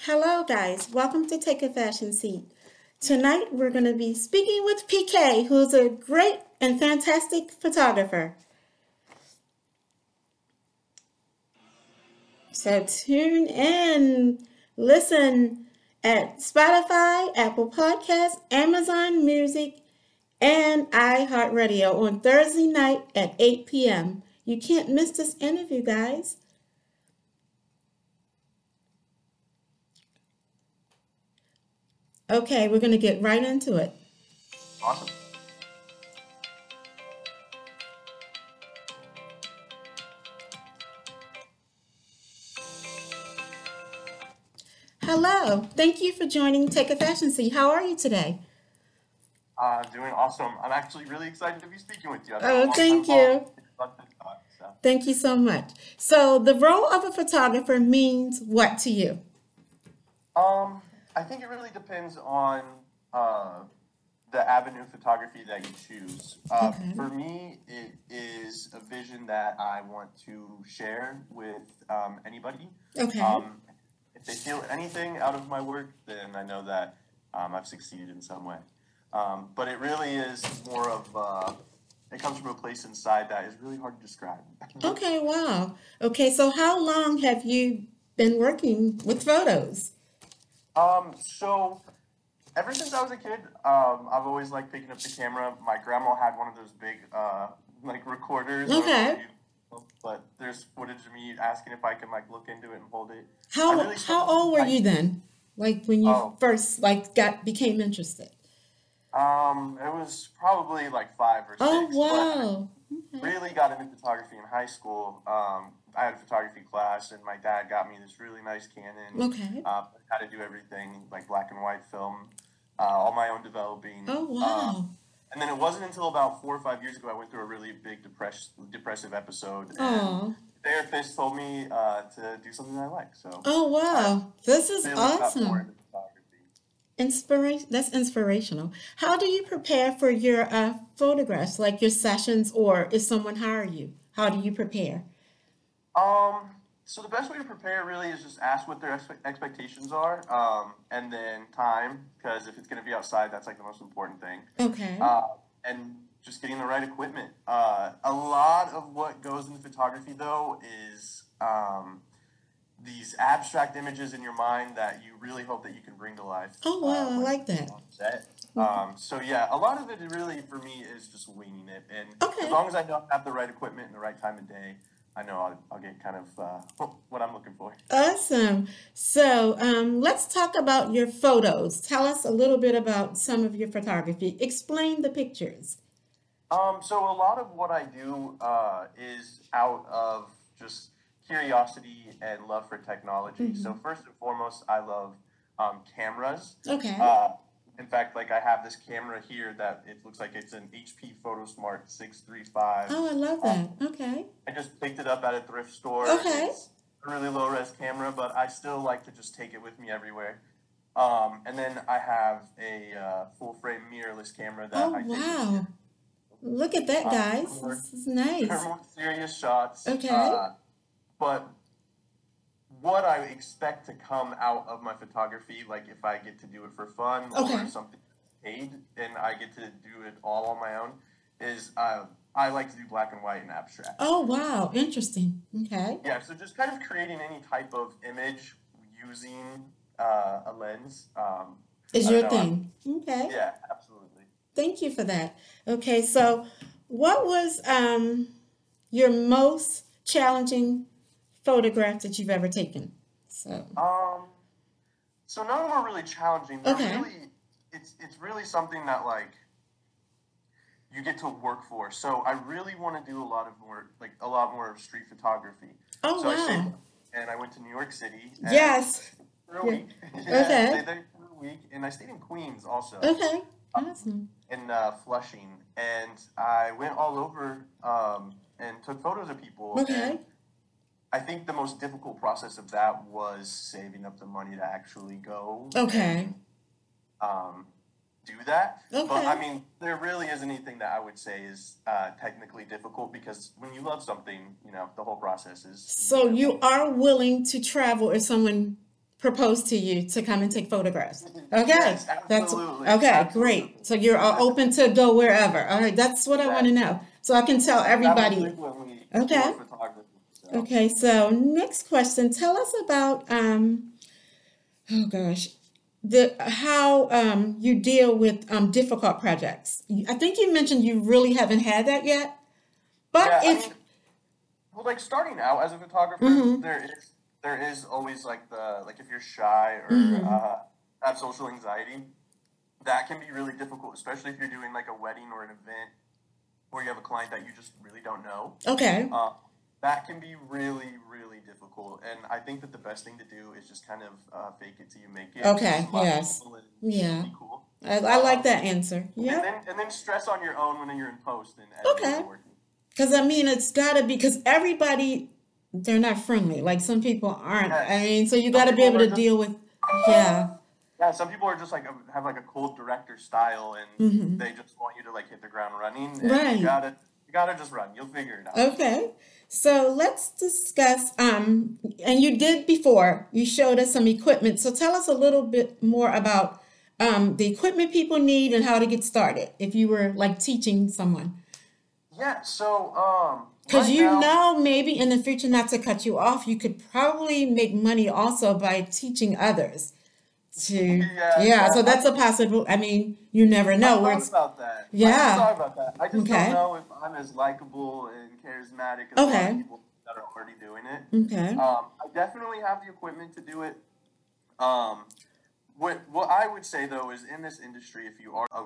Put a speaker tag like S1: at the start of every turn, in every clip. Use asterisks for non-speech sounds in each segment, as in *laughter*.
S1: Hello, guys. Welcome to Take a Fashion Seat. Tonight, we're going to be speaking with PK, who's a great and fantastic photographer. So tune in, listen at Spotify, Apple Podcasts, Amazon Music, and iHeartRadio on Thursday night at 8 p.m. You can't miss this interview, guys. Okay, we're going to get right into it.
S2: Awesome.
S1: Hello, thank you for joining Take a Fashion Seat. How are you today?
S2: Uh, doing awesome. I'm actually really excited to be speaking with you. I've
S1: Oh,
S2: been a
S1: thank
S2: long time
S1: you.
S2: following this thought, so.
S1: Thank you so much. So, the role of a photographer means what to you?
S2: Um, I think it really depends on uh, the avenue of photography that you choose. Uh,
S1: Okay.
S2: For me, it is a vision that I want to share with um, anybody.
S1: Okay.
S2: Um, if they feel anything out of my work, then I know that um, I've succeeded in some way. Um, but it really is more of uh, it comes from a place inside that is really hard to describe.
S1: Okay, wow. Okay, so how long have you been working with photos?
S2: Um, so ever since I was a kid, um, I've always liked picking up the camera. My grandma had one of those big, uh, like recorders. or-
S1: Okay.
S2: But there's footage of me asking if I can like look into it and hold it. I
S1: How
S2: really
S1: how old were you then? Like when you
S2: Oh.
S1: first like got became interested?
S2: Um, it was probably like five or six.
S1: Oh,
S2: but
S1: wow. Okay.
S2: really got into photography in high school. Um, I had a photography class, and my dad got me this really nice Canon.
S1: Okay.
S2: Uh, how to do everything like black and white film, uh, all my own developing.
S1: Oh,
S2: Uh,
S1: wow.
S2: And then it wasn't until about four or five years ago I went through a really big depress- depressive episode. And
S1: Oh.
S2: therapist told me uh, to do something I like. So
S1: Oh, wow. This is
S2: really got more
S1: awesome.
S2: into photography.
S1: Inspiration that's inspirational. How do you prepare for your uh, photographs, like your sessions or if someone hire you? How do you prepare?
S2: Um, so the best way to prepare really is just ask what their expe- expectations are, um, and then time, because if it's going to be outside, that's like the most important thing.
S1: Okay.
S2: Uh, and just getting the right equipment. Uh, a lot of what goes into photography, though, is um, these abstract images in your mind that you really hope that you can bring to life. uh,
S1: Oh, wow, I
S2: when
S1: like that. Mm-hmm.
S2: on set. Um, so yeah, a lot of it really for me is just winging it, and
S1: Okay.
S2: as long as I don't have the right equipment and the right time of day, I know I'll, I'll get kind of uh, *laughs* what I'm looking for.
S1: Awesome. So um, let's talk about your photos. Tell us a little bit about some of your photography. Explain the pictures.
S2: Um, so a lot of what I do uh, is out of just curiosity and love for technology.
S1: Mm-hmm.
S2: So first and foremost, I love um, cameras.
S1: Okay.
S2: Uh, in fact, like I have this camera here that it looks like it's an HP PhotoSmart six three five.
S1: Oh, I love
S2: uh,
S1: that. Okay.
S2: I just picked it up at a thrift store.
S1: Okay.
S2: It's a really low res camera, but I still like to just take it with me everywhere. Um, and then I have a uh, full frame mirrorless camera that
S1: Oh,
S2: uh, I take with me
S1: wow. Look at that,
S2: Uh,
S1: guys.
S2: or-
S1: This is nice.
S2: they're more serious shots.
S1: Okay.
S2: uh, but what I expect to come out of my photography, like if I get to do it for fun
S1: Okay.
S2: or something paid, and I get to do it all on my own, is uh, I like to do black and white and abstract.
S1: Oh, wow. Interesting. Okay.
S2: Yeah, so just kind of creating any type of image using uh, a lens. Um,
S1: Is
S2: I
S1: your
S2: know,
S1: thing. Okay.
S2: yeah, absolutely.
S1: Thank you for that. Okay. So, what was um, your most challenging photograph that you've ever taken? So,
S2: Um, so none of them are really challenging. They're
S1: Okay.
S2: really, it's it's really something that like you get to work for. So I really want to do a lot of more, like a lot more of street photography.
S1: oh,
S2: so I stayed,
S1: wow.
S2: and I went to New York City. and
S1: Yes.
S2: For a
S1: Yeah.
S2: week. *laughs*
S1: Okay.
S2: I stayed there for a week, and I stayed in Queens also
S1: Okay. Awesome.
S2: in uh, Flushing, and I went all over um, and took photos of people.
S1: Okay.
S2: And I think the most difficult process of that was saving up the money to actually go.
S1: Okay.
S2: and, um, do that. But I
S1: Okay.
S2: mean, there really isn't anything that I would say is uh, technically difficult because when you love something, you know, the whole process is.
S1: So you are willing to travel if someone proposed to you to come and take photographs. Okay,
S2: Yes,
S1: that's
S2: absolutely,
S1: okay.
S2: absolutely.
S1: Great. So you're all open to go wherever. All right, that's what I want to know, so I can tell everybody. Okay. Okay, so next question. Tell us about um, oh gosh, the how um, you deal with um, difficult projects. You- I think you mentioned you really haven't had that yet, but
S2: Yeah, I
S1: if
S2: mean, well, like starting out as a photographer,
S1: Mhm.
S2: there is there is always like the like if you're shy or
S1: Mhm.
S2: uh, have social anxiety, that can be really difficult, especially if you're doing like a wedding or an event where you have a client that you just really don't know.
S1: okay,
S2: Uh, that can be really really difficult, and I think that the best thing to do is just kind of uh, fake it till you make it.
S1: Okay,
S2: Just smile
S1: yes.
S2: and
S1: Yeah.
S2: Be cool.
S1: I, I like that answer.
S2: And
S1: Yeah,
S2: then and then stress on your own when you're in post and as
S1: Okay.
S2: you're working.
S1: because I mean it's gotta be because everybody they're not friendly. Like some people aren't. I
S2: Yes.
S1: mean, so you
S2: Some
S1: gotta be
S2: people
S1: able
S2: are
S1: to
S2: just-
S1: deal with. Yeah.
S2: Yeah, some people are just like um, have like a cold director style, and
S1: Mhm.
S2: they just want you to like hit the ground running. And
S1: Right.
S2: You gotta, you gotta just run. You'll figure it out.
S1: Okay, so let's discuss, um, and you did before, you showed us some equipment. So tell us a little bit more about um, the equipment people need and how to get started if you were like teaching someone.
S2: Yeah. So, um,
S1: Because
S2: right
S1: you
S2: now-
S1: know, maybe in the future, not to cut you off, you could probably make money also by teaching others to,
S2: Yeah, Uh-huh.
S1: yeah, so
S2: yeah.
S1: that's a possible, I mean, you never know where
S2: I thought
S1: it's,
S2: about that. I
S1: Yeah.
S2: just thought about that. I just
S1: Okay.
S2: don't know if I'm as likable and charismatic as a lot
S1: Okay.
S2: of people that are already doing it.
S1: okay,
S2: Um, I definitely have the equipment to do it. Um, what what I would say though is in this industry, if you are, uh,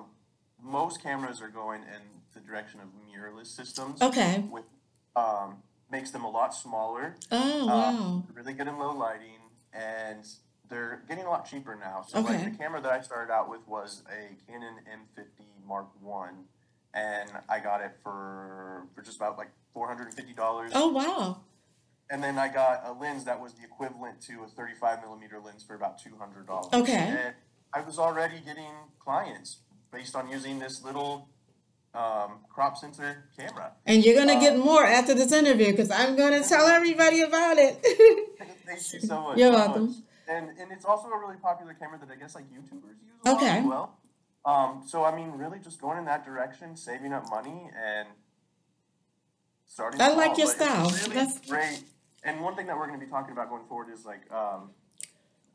S2: most cameras are going in the direction of mirrorless systems,
S1: okay.
S2: which um, makes them a lot smaller,
S1: Oh,
S2: uh,
S1: wow.
S2: really good in low lighting, and they're getting a lot cheaper now. So
S1: Okay.
S2: like the camera that I started out with was a Canon M50 Mark One, and I got it for for just about like four hundred and fifty dollars
S1: Oh, wow.
S2: and then I got a lens that was the equivalent to a 35 millimeter lens for about two hundred dollars.
S1: Okay.
S2: And I was already getting clients based on using this little um, crop sensor camera.
S1: And you're gonna get
S2: Uh,
S1: more after this interview because I'm gonna tell everybody about it. *laughs*
S2: Thank you so much.
S1: You're
S2: so
S1: welcome.
S2: much. And and it's also a really popular camera that I guess like YouTubers use a lot
S1: Okay.
S2: as well. Um, so I mean, really just going in that direction, saving up money, and starting.
S1: I
S2: small,
S1: like your
S2: but it's
S1: style.
S2: really
S1: That's-
S2: great. And one thing that we're going to be talking about going forward is like um,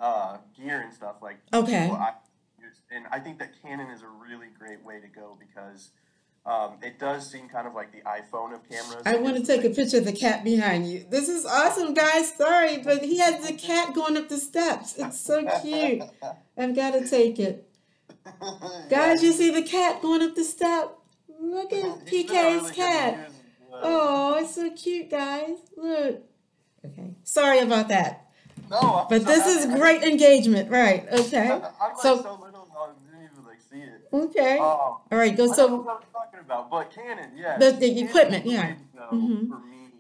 S2: uh, gear and stuff like.
S1: Okay.
S2: what I use. and I think that Canon is a really great way to go because um, it does seem kind of like the iPhone of cameras.
S1: I
S2: Like,
S1: want to
S2: it's
S1: take a
S2: like-
S1: picture of the cat behind you. This is awesome, guys. Sorry, but he has the cat going up the steps. It's so cute.
S2: *laughs*
S1: I've got to take it. Guys, you see the cat going up the step? Look
S2: Yeah.
S1: at
S2: He's been a really
S1: PK's
S2: good
S1: cat.
S2: user, uh,
S1: Oh, it's so cute, guys. Look. Okay. Sorry about that.
S2: No, I'm
S1: But
S2: so *laughs*
S1: this
S2: happy.
S1: is
S2: I-
S1: great engagement, right? Okay.
S2: *laughs* I'm like so,
S1: So,
S2: little, I didn't even like see it.
S1: okay. All
S2: Oh,
S1: right, go.
S2: I don't know
S1: So,
S2: what I was talking about, but Canon, yeah.
S1: The- the
S2: Canon
S1: equipment,
S2: is
S1: yeah.
S2: great, though,
S1: Mhm.
S2: For me,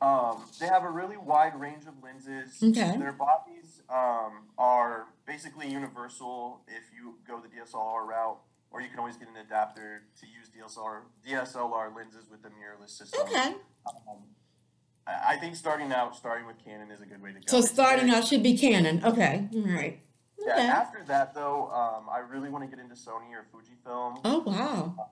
S2: um, they have a really wide range of lenses.
S1: Okay.
S2: Their bodies um, are basically universal if you go the DSLR route, or you can always get an adapter to use DSLR DSLR lenses with the mirrorless system.
S1: okay.
S2: Um, I I think starting out, starting with Canon is a good way to go.
S1: So
S2: It's
S1: starting
S2: very-
S1: out should be Canon. Okay. All right.
S2: Yeah,
S1: Okay.
S2: after that though, um, I really want to get into Sony or Fujifilm.
S1: Oh wow.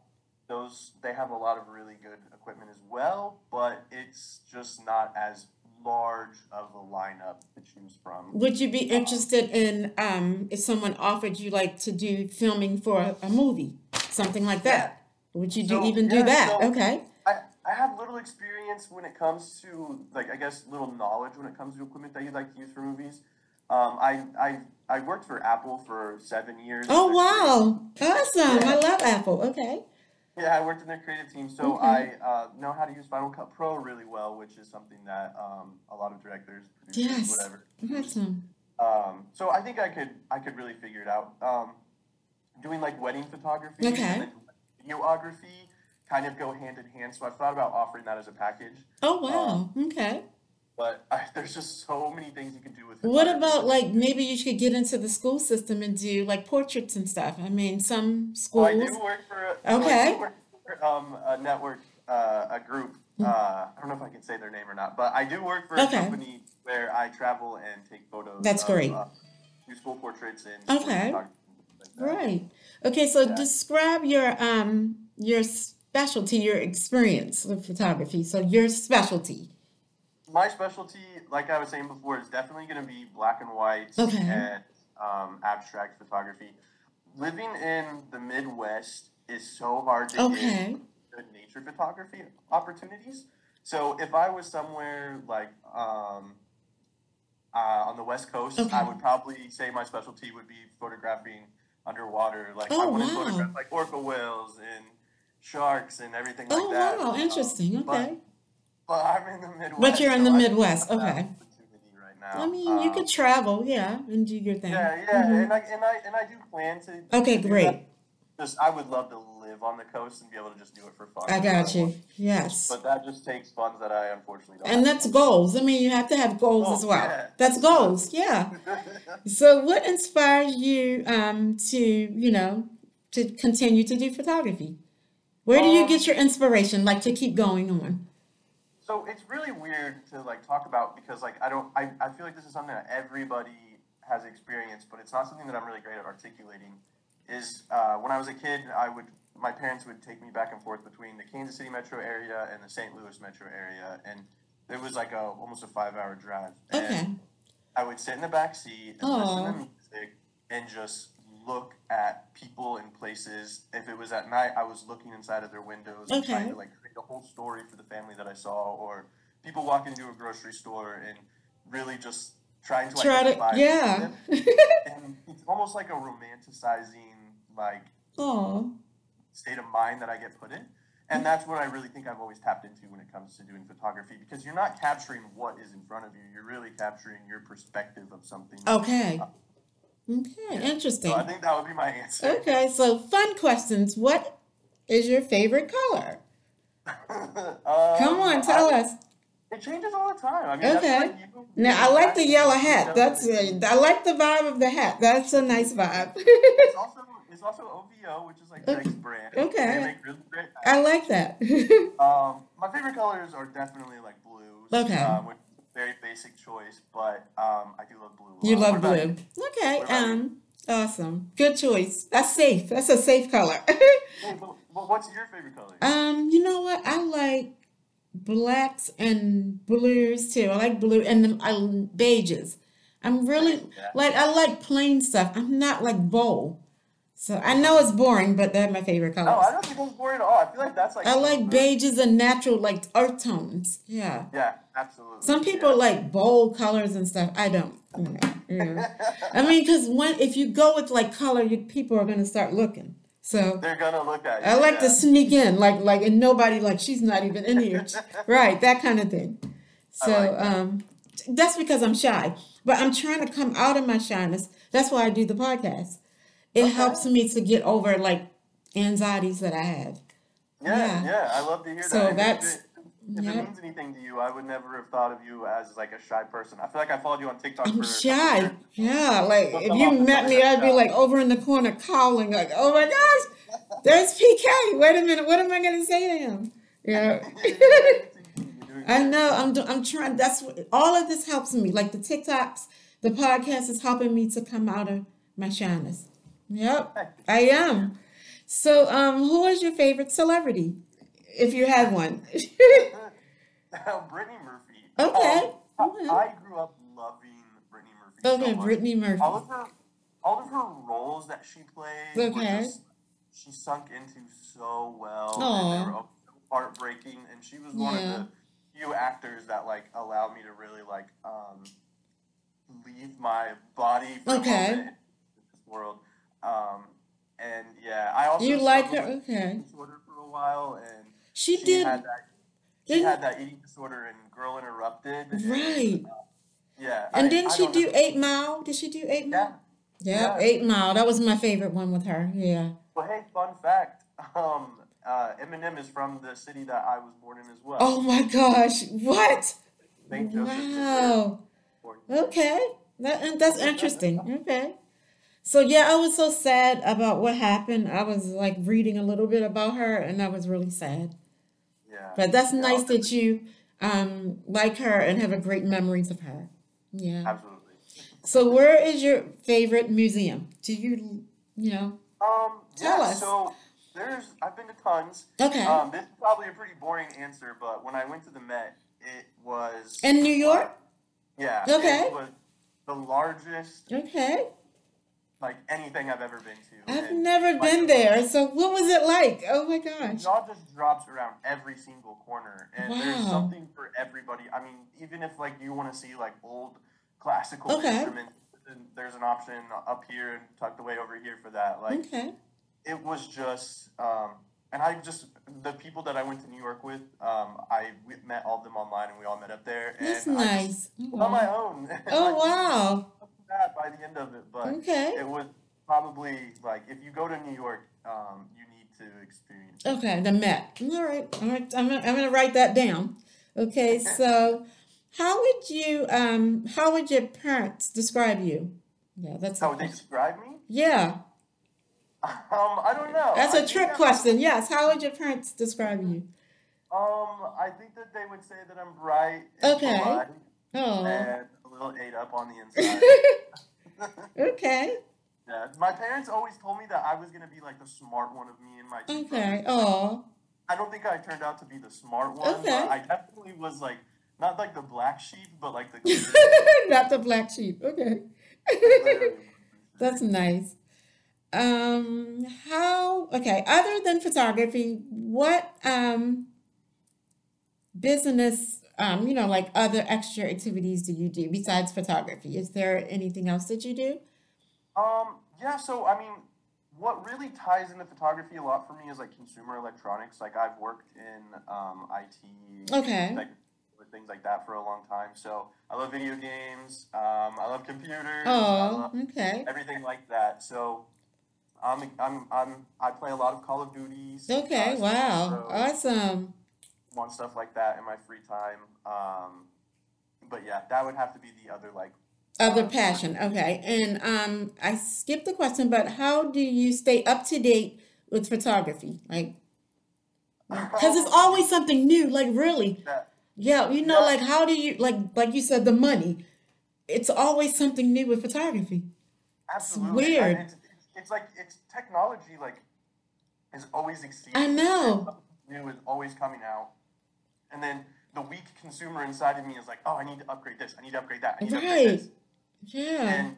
S2: Those they have a lot of really good equipment as well, but it's just not as large of a lineup to choose from.
S1: Would you be interested in um if someone offered you like to do filming for a, a movie, something like that? Would you do
S2: So,
S1: even do
S2: yeah,
S1: that?
S2: so-
S1: Okay.
S2: I, I have little experience when it comes to like I guess little knowledge when it comes to equipment that you like to use for movies. Um, I I I worked for Apple for seven years.
S1: Oh
S2: They're great.
S1: wow. Awesome. I love Apple. Okay.
S2: Yeah, I worked in their creative team, so
S1: Okay.
S2: I uh, know how to use Final Cut Pro really well, which is something that um, a lot of directors, producers,
S1: Yes.
S2: whatever. use.
S1: Awesome.
S2: Um, so I think I could I could really figure it out. Um, doing like wedding photography
S1: Okay.
S2: and then videography kind of go hand in hand. So I've thought about offering that as a package,
S1: Oh
S2: Uh-huh.
S1: wow. Okay.
S2: but *laughs* I, there's just so many things you can do with.
S1: What
S2: photography.
S1: about like maybe you should get into the school system and do like portraits and stuff? I mean, some
S2: Well, Oh, I
S1: schools.
S2: do work for a, so I do
S1: Okay.
S2: work for, um, a network, uh, a group. Uh, I don't know if I can say their name or not, but I do work for a
S1: Hmm. Okay.
S2: company where I travel and take photos.
S1: That's
S2: of,
S1: great.
S2: uh, do school portraits and
S1: Okay.
S2: photography. Like that.
S1: Right. Okay, so
S2: Yeah.
S1: describe your um your specialty, your experience with photography. So your specialty.
S2: my specialty, like I was saying before, is definitely going to be black and white
S1: Okay.
S2: and um, abstract photography. Living in the Midwest is so hard to get
S1: Okay.
S2: good nature photography opportunities. So if I was somewhere like um, uh, on the West Coast, I
S1: Okay.
S2: would probably say my specialty would be photographing underwater. Like I
S1: Oh
S2: want to
S1: wow.
S2: photograph like orca whales and sharks and everything like
S1: Oh
S2: that.
S1: wow,
S2: Um,
S1: interesting.
S2: but
S1: Okay.
S2: but I'm in the
S1: But
S2: Midwest,
S1: you're in
S2: so
S1: the
S2: I don't
S1: Midwest.
S2: have that
S1: Okay.
S2: opportunity right
S1: I
S2: now.
S1: mean, you could
S2: Um,
S1: travel, yeah, and do your thing.
S2: yeah, yeah,
S1: hmm
S2: and I and I and I do plan to
S1: Okay,
S2: to do that.
S1: great.
S2: Just I would love to live on the coast and be able to just do it for fun.
S1: I
S2: That's what I
S1: got
S2: want.
S1: you. Yes.
S2: But that just takes funds that I unfortunately don't
S1: And
S2: have.
S1: that's goals. I mean, you have to have goals as
S2: Oh
S1: well.
S2: yeah,
S1: That's goals.
S2: absolutely.
S1: Yeah.
S2: *laughs*
S1: So what inspires you um to, you know, to continue to do photography? Where do you
S2: um,
S1: get your inspiration, like to keep going on?
S2: so it's really weird to like talk about because like I don't I, I feel like this is something that everybody has experienced, but it's not something that I'm really great at articulating. Is uh, when I was a kid, I would my parents would take me back and forth between the Kansas City metro area and the St. Louis metro area, and it was like a almost a five hour drive, and
S1: Okay.
S2: I would sit in the back seat and listen to
S1: Oh,
S2: music and just look at people and places. If it was at night, I was looking inside of their windows and trying
S1: okay.
S2: to like create a whole story for the family that I saw, or people walking into a grocery store and really just trying to
S1: Try to,
S2: identify with
S1: yeah.
S2: them.
S1: *laughs*
S2: And it's almost like a romanticizing like
S1: Oh,
S2: state of mind that I get put in.
S1: Mm-hmm.
S2: And that's what I really think I've always tapped into when it comes to doing photography because you're not capturing what is in front of you. You're really capturing your perspective of something.
S1: okay.
S2: Uh,
S1: Okay,
S2: yeah. So I
S1: interesting.
S2: think that would be my answer.
S1: Okay, so fun questions. What is your favorite color? Come
S2: *laughs* um,
S1: on,
S2: I
S1: tell
S2: would,
S1: us.
S2: it changes all the time. I mean, that's
S1: Okay.
S2: like you
S1: Now, I
S2: being
S1: like the
S2: passionate
S1: yellow
S2: about things
S1: hat.
S2: that
S1: That's
S2: really
S1: a, I like the vibe of the hat. That's a nice vibe. *laughs*
S2: it's also it's also OVO, which is like Zegg's brand. They
S1: Okay,
S2: make really great
S1: I
S2: hats.
S1: like that. *laughs*
S2: Um, my favorite colors are definitely like blues,
S1: Okay,
S2: um, which is a very basic choice, but um, I do love blue a
S1: you
S2: lot. What
S1: love
S2: about you?
S1: blue. Okay,
S2: What about you?
S1: um, awesome. Good choice. That's safe. That's a safe color. *laughs*
S2: Hey, but, but what's your favorite color?
S1: Um, you know what? I like blacks and blues too. I like blue and then I l- beiges. I'm
S2: Beige,
S1: really
S2: yeah.
S1: like I like plain stuff. I'm not like bold. So I know
S2: Uh-huh.
S1: it's boring, but they're my favorite
S2: No, I
S1: colors.
S2: don't think that's boring at all. Oh, I feel like that's like
S1: I
S2: some of
S1: like
S2: the
S1: beiges and natural like earth tones. Yeah.
S2: yeah, absolutely,
S1: Some people
S2: yeah.
S1: like bold colors and stuff. I don't, you know. Yeah. I mean, because when if you go with like color, you, people are gonna start looking. So
S2: They're gonna look at
S1: I
S2: you,
S1: like to
S2: yeah.
S1: sneak in, like like and nobody like she's not even in here. Right, that kind of thing.
S2: I
S1: So
S2: like that.
S1: um that's because I'm shy. But I'm trying to come out of my shyness. That's why I do the podcast. It helps
S2: Okay.
S1: me to get over like anxieties that I have.
S2: Yeah,
S1: Yeah.
S2: yeah. I love to hear
S1: So
S2: that. If it, if
S1: that's
S2: it if it
S1: yep.
S2: means anything to you, I would never have thought of you as like a shy person. I feel like I followed you on TikTok
S1: I'm
S2: for a *laughs* couple
S1: shy. *laughs*
S2: years,
S1: Yeah, like
S2: but
S1: if
S2: I'm
S1: you
S2: often
S1: met
S2: somebody
S1: me,
S2: that's
S1: I'd be
S2: shy.
S1: like over in the corner calling, like, "Oh my gosh, there's PK. Wait a minute, what am I gonna say to him?" Yeah.
S2: *laughs* You're doing it too. You're doing
S1: I
S2: great.
S1: know. I'm do- I'm trying. That's what, all of this helps me. Like the TikToks, the podcast is helping me to come out of my shyness. Yep,
S2: Heck,
S1: I
S2: good for you.
S1: am. So, um, who is your favorite celebrity, if you have one?
S2: *laughs*
S1: *laughs*
S2: Brittany Murphy.
S1: okay.
S2: Um, I
S1: Okay.
S2: I grew up loving Brittany Murphy so
S1: Okay,
S2: much.
S1: Brittany
S2: All
S1: Murphy.
S2: of her, all of her roles that she played were
S1: Okay.
S2: just she sunk into so well, and they were
S1: Oh,
S2: all so heartbreaking. And she was one of
S1: yeah.
S2: the few actors that like allowed me to really like um, leave my body for a moment
S1: Okay.
S2: in this world. Um, and yeah, I also
S1: You like
S2: struggled
S1: her?
S2: with
S1: Okay.
S2: eating disorder for a while, and
S1: She
S2: she had
S1: did,
S2: that she
S1: didn't,
S2: had that eating disorder and Girl Interrupted, and
S1: right.
S2: uh, yeah,
S1: And
S2: I
S1: didn't
S2: I
S1: she
S2: don't know.
S1: do Eight Mile? Did she do Eight
S2: Yeah,
S1: Mile? Yep,
S2: yeah.
S1: Eight Mile. That was my favorite one with her. Yeah.
S2: Well, hey, fun fact. *laughs* Um, uh, Eminem is from the city that I was born in as well.
S1: Oh my gosh. What?
S2: St. Joseph is where
S1: Wow.
S2: born he was.
S1: Okay. That, and that's interesting. Okay. So yeah, I was so sad about what happened. I was like reading a little bit about her and I was really sad.
S2: Yeah,
S1: But that's
S2: yeah,
S1: nice
S2: I'll
S1: that
S2: never,
S1: you um like her and have a great memories of her. Yeah.
S2: absolutely.
S1: So where is your favorite museum? Do you you know?
S2: Um,
S1: Tell
S2: yeah,
S1: us.
S2: So there's, I've been to tons.
S1: Okay.
S2: Um, this is probably a pretty boring answer, but when I went to the Met, it was
S1: In New York?
S2: yeah,
S1: Okay.
S2: it was the largest
S1: Okay.
S2: like anything I've ever been to.
S1: I've
S2: And
S1: never
S2: like,
S1: been there. So what was it like? Oh my gosh.
S2: It all just drops around every single corner, and there's
S1: Wow.
S2: something for everybody. I mean, even if like you want to see like old classical
S1: Okay.
S2: instruments, then there's an option up here and tucked away over here for that. Like
S1: Okay.
S2: it was just um, and i just the people that i went to new york with um, i we met all of them online and we all met up there and
S1: That's
S2: I just-
S1: nice.
S2: on my
S1: Wow.
S2: own *laughs*
S1: Oh
S2: Like,
S1: wow.
S2: that by the end of it but
S1: Okay.
S2: it was probably like if you go to new york um, you need to experience it.
S1: Okay, the Met. All right. All right. I'm gonna, I'm gonna write that down. Okay, so how would you um how would your parents describe you? Yeah, that's a
S2: how would they
S1: question.
S2: describe me
S1: Yeah.
S2: um, i don't know
S1: That's
S2: I
S1: a
S2: think
S1: trick
S2: I'm-
S1: question. Yes. How would your parents describe you?
S2: um, i think that they would say that i'm bright and
S1: Okay.
S2: polite *laughs*
S1: Oh.
S2: and a little ate up on the
S1: *laughs*
S2: inside
S1: Okay.
S2: Yeah, my parents always told me that I was gonna be like the smart one of me and my two brothers.
S1: Okay. Oh.
S2: I don't think I turned out to be the smart one,
S1: Okay.
S2: but I definitely was like not like the black sheep, but like
S1: *laughs*
S2: the
S1: *laughs* Not the black sheep. Okay. *laughs*
S2: Literally.
S1: That's nice. Um, how, okay, other than photography, what um business, um, you know, like other extra activities do you do besides photography? Is there anything else that you do?
S2: Um, yeah, so I mean, what really ties into photography a lot for me is like consumer electronics. Like I've worked in um, IT,
S1: Okay.
S2: like with things like that for a long time. So I love video games. Um, I love computers. I
S1: Oh,
S2: love
S1: okay.
S2: everything like that. So I'm, I'm, I'm, I play a lot of Call of Duties, uh,
S1: Okay,
S2: Saints
S1: wow.
S2: Row,
S1: Awesome.
S2: want stuff like that in my free time. Um, but yeah, that would have to be the other
S1: *laughs*
S2: like.
S1: Other
S2: uh,
S1: passion. Okay. And um I skipped the question, but how do you stay up to date with photography? Like, because
S2: Oh.
S1: it's always something new, like really.
S2: that,
S1: Yeah, you know,
S2: yeah.
S1: like how do you like like you said the money? It's always something new with photography.
S2: Absolutely. I-
S1: weird.
S2: It's, it's, it's like it's technology like is always exceeding.
S1: I know.
S2: New is always coming out. And then the weak consumer inside of me is like, oh, I need to upgrade this. I need to upgrade that. I need to upgrade
S1: Right.
S2: this.
S1: Yeah.
S2: And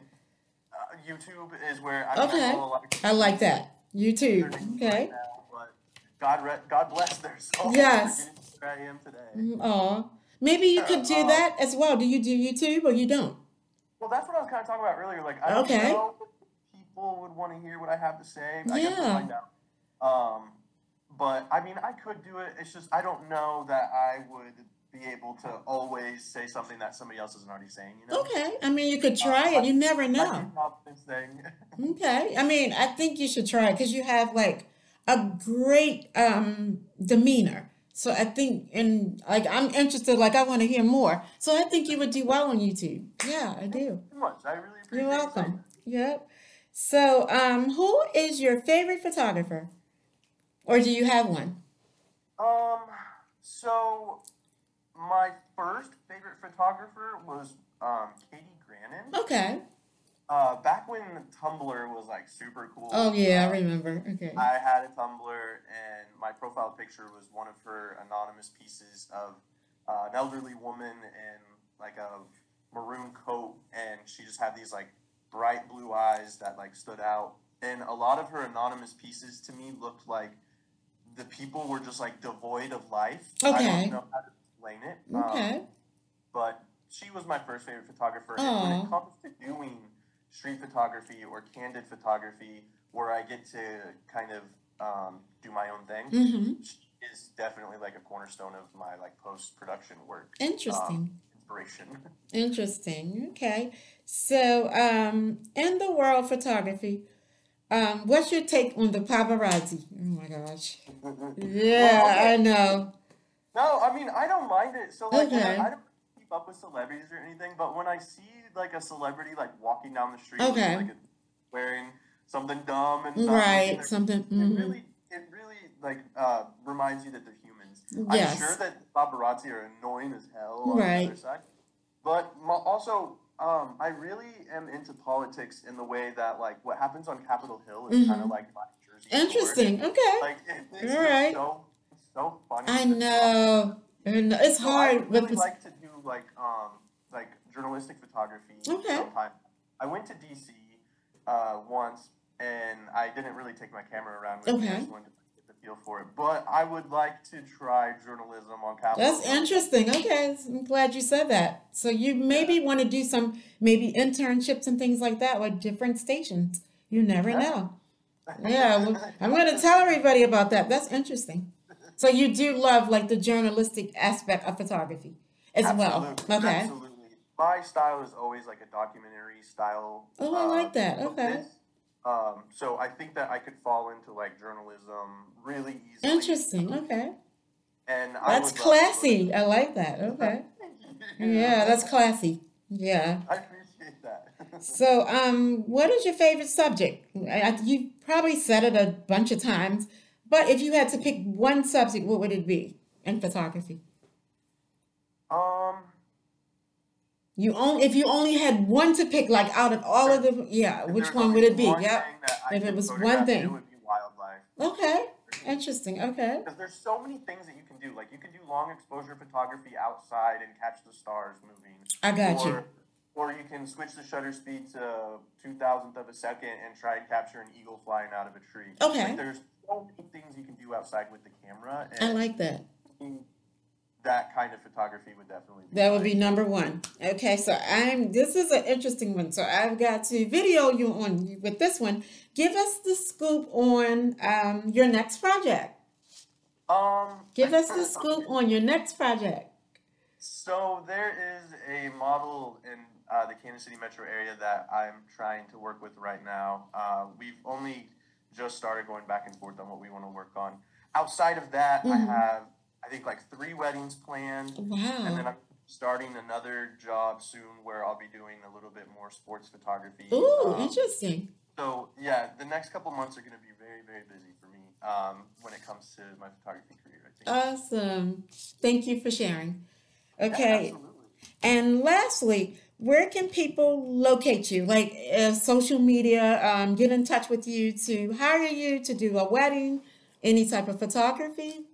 S2: uh, YouTube is where I mean, I
S1: Okay.
S2: follow a lot of
S1: I like that.
S2: YouTubers
S1: YouTube.
S2: right
S1: Okay.
S2: now, but God, re- God bless their souls
S1: Yes.
S2: for getting to *laughs* where I am today.
S1: Oh. Maybe you could do
S2: Uh,
S1: that as well. Do you do YouTube or you don't?
S2: Well, that's what I was kind of talking about earlier. Like, I don't
S1: Okay.
S2: know if people would want to hear what I have to say. I guess we'll
S1: Yeah.
S2: find out. Um, but I mean, I could do it. It's just I don't know that I would be able to always say something that somebody else isn't already saying. You know,
S1: Okay. I mean, you could
S2: Uh,
S1: try it.
S2: I-
S1: You never
S2: I do
S1: know.
S2: confidence thing. *laughs*
S1: Okay. I mean, I think you should try it because you have like a great um demeanor. So I think and like I'm interested, like I want to hear more. So I think you would do well on YouTube. Yeah, I do.
S2: Too much. I really appreciate
S1: You're
S2: you saying
S1: welcome.
S2: that.
S1: Yep. So, um, who is your favorite photographer? Or do you have one?
S2: Um, so my first favorite photographer was um, Katie Grannon.
S1: Okay.
S2: Uh, back when Tumblr was like super cool.
S1: Oh yeah,
S2: uh,
S1: I remember. Okay.
S2: I had a Tumblr, and my profile picture was one of her anonymous pieces of uh, an elderly woman in like a maroon coat, and she just had these like bright blue eyes that like stood out. And a lot of her anonymous pieces to me looked like the people were just like devoid of life. I
S1: Okay.
S2: don't know how to explain it. Um,
S1: Okay.
S2: but she was my first favorite photographer. And when it
S1: Oh,
S2: comes to doing street photography or candid photography, where I get to kind of um, do my own thing,
S1: mm-hmm.
S2: she is definitely like a cornerstone of my like post production work um,
S1: Interesting.
S2: inspiration.
S1: *laughs* Interesting. Okay. So, um, in the world of photography, um, what's your take on the paparazzi? Oh my gosh.
S2: Well,
S1: Yeah,
S2: okay.
S1: I know.
S2: No, I mean I don't mind it. So like when I,
S1: Okay.
S2: I don't keep up with celebrities or anything, but when I see like a celebrity like walking down the street with
S1: Okay.
S2: like a, wearing something dumb and not looking
S1: Right.
S2: their
S1: Something.
S2: it
S1: Mm-hmm.
S2: Um, really it really like uh, reminds you that they're humans. I'm sure
S1: Yes.
S2: that paparazzi are annoying as hell on the
S1: Right.
S2: other side, But mo- also, um, I really am into politics in the way that like what happens on Capitol Hill is kind of
S1: Mhm.
S2: like my Jersey. Shore.
S1: Interesting. Okay.
S2: Like it, it's
S1: All
S2: just
S1: right.
S2: so so funny.
S1: I
S2: to watch.
S1: know. I know. It's
S2: So I
S1: hard
S2: would
S1: with
S2: really
S1: this.
S2: like to do like um like journalistic photography
S1: Okay.
S2: sometime. I went to DC uh, once and I didn't really take my camera around with me.
S1: Okay.
S2: I just wanted to get the feel for it. But I would like to try journalism on Capitol
S1: That's
S2: Hill. *laughs*
S1: interesting. Okay, I'm glad you said that. So you maybe want to do some maybe internships and things like that with different stations. You never
S2: Yeah. *laughs*
S1: know. Yeah, well, I'm going to tell everybody about that. That's interesting. So you do love like the journalistic aspect of photography as well.
S2: Absolutely,
S1: Okay.
S2: absolutely. My style is always like a documentary style.
S1: Oh, I
S2: Uh,
S1: like that.
S2: of
S1: Okay.
S2: this. Um, so I think that I could fall into like journalism really easily,
S1: Interesting. Okay.
S2: and I
S1: That's
S2: would love to go
S1: classy. I like that.
S2: *laughs*
S1: Okay.
S2: to.
S1: Yeah, that's classy. Yeah.
S2: I appreciate that. *laughs*
S1: So, um, what is your favorite subject? I, I- you probably said it a bunch of times, but if you had to pick one subject, what would it be in photography?
S2: um,
S1: You only if you only had one to pick, like out of all of the, yeah,
S2: if
S1: which
S2: there's
S1: one
S2: only
S1: would it be?
S2: one
S1: Yep.
S2: thing that I
S1: If it
S2: could
S1: was one
S2: photograph, it
S1: thing.
S2: would be wildlife.
S1: Okay. Interesting. Okay.
S2: Because there's so many things that you can do. Like you can do long exposure photography outside and catch the stars moving,
S1: I got you.
S2: or or you can switch the shutter speed to two thousandth of a second and try and capture an eagle flying out of a tree.
S1: Okay.
S2: Like there's so many things you can do outside with the camera,
S1: I
S2: and
S1: like that.
S2: that kind of photography would definitely be
S1: That would be
S2: my.
S1: number one. Okay, so I'm this is an interesting one. So I've got to video you on with this one. Give us the scoop on um, your next project.
S2: Um.
S1: Give us the scoop on your next project.
S2: So there is a model in uh, the Kansas City metro area that I'm trying to work with right now. Uh, we've only just started going back and forth on what we want to work on. Outside of that, I
S1: Mhm.
S2: have I think like three weddings planned, and then
S1: Wow.
S2: I'm starting another job soon where I'll be doing a little bit more sports photography.
S1: Ooh,
S2: Um,
S1: interesting.
S2: so yeah, the next couple months are going to be very very busy for me um, when it comes to my photography career. I think.
S1: Awesome. Thank you for sharing.
S2: Yeah,
S1: Oh, Okay,
S2: absolutely.
S1: and lastly, where can people locate you? Like uh, social media, um, get in touch with you to hire you to do a wedding, any type of photography.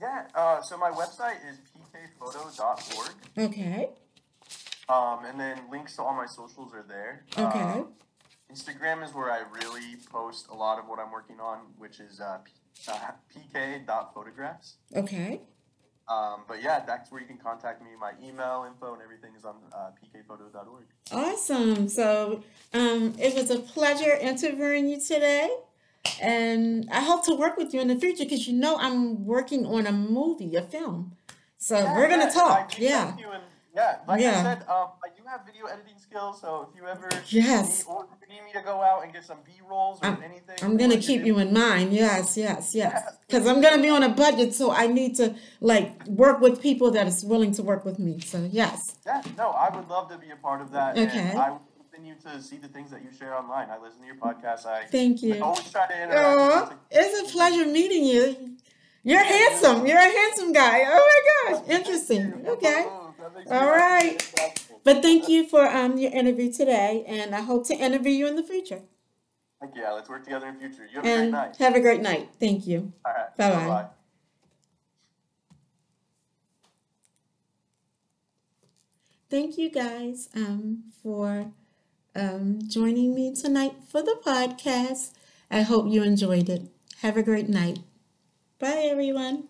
S2: Yeah, uh, so my website is pkphoto.org,
S1: Okay.
S2: um, and then links to all my socials are there.
S1: Okay.
S2: Um, Instagram is where I really post a lot of what I'm working on, which is uh, p- uh, pk.photographs.
S1: Okay.
S2: Um, but yeah, that's where you can contact me. My email info and everything is on uh, pkphoto.org.
S1: Awesome. So um, it was a pleasure interviewing you today. And I hope to work with you in the future because you know I'm working on a movie, a film. So
S2: Yeah,
S1: Oh, we're going to
S2: yeah, if I
S1: talk.
S2: reach out
S1: Yeah.
S2: to you and yeah, like I
S1: Yeah.
S2: said, um, I do have video editing skills, so if you ever need
S1: Yes.
S2: or if you need me to go out and get some B rolls or
S1: I'm,
S2: anything
S1: I'm
S2: you
S1: going to
S2: want to
S1: keep
S2: do,
S1: you in mind. Yes, yes, yes.
S2: yeah,
S1: Because
S2: please
S1: I'm going to
S2: do.
S1: be on a budget. So I need to like work with people that is willing to work with me. So, yes.
S2: Yeah, no, I would love to be a part of that, and
S1: Okay.
S2: I will continue to see the things that you share online. I listen to your podcast. I
S1: Thank you.
S2: always try to interact with
S1: Oh,
S2: you. To,
S1: it's a pleasure meeting you. You're
S2: yeah, you as
S1: handsome. You're
S2: well.
S1: a handsome guy. Oh my gosh.
S2: Thank you.
S1: Interesting.
S2: No
S1: Okay.
S2: problem. That makes me
S1: All
S2: happy to
S1: right.
S2: hear that.
S1: But thank you for um your interview today, and I hope to interview you in the future.
S2: Thank you. Yeah, let's work together in future. You have a great
S1: And
S2: night.
S1: have a great night. Thank you.
S2: All right.
S1: Bye
S2: Bye
S1: bye.
S2: bye.
S1: Thank you guys um for um joining me tonight for the podcast. I hope you enjoyed it. Have a great night. Bye everyone.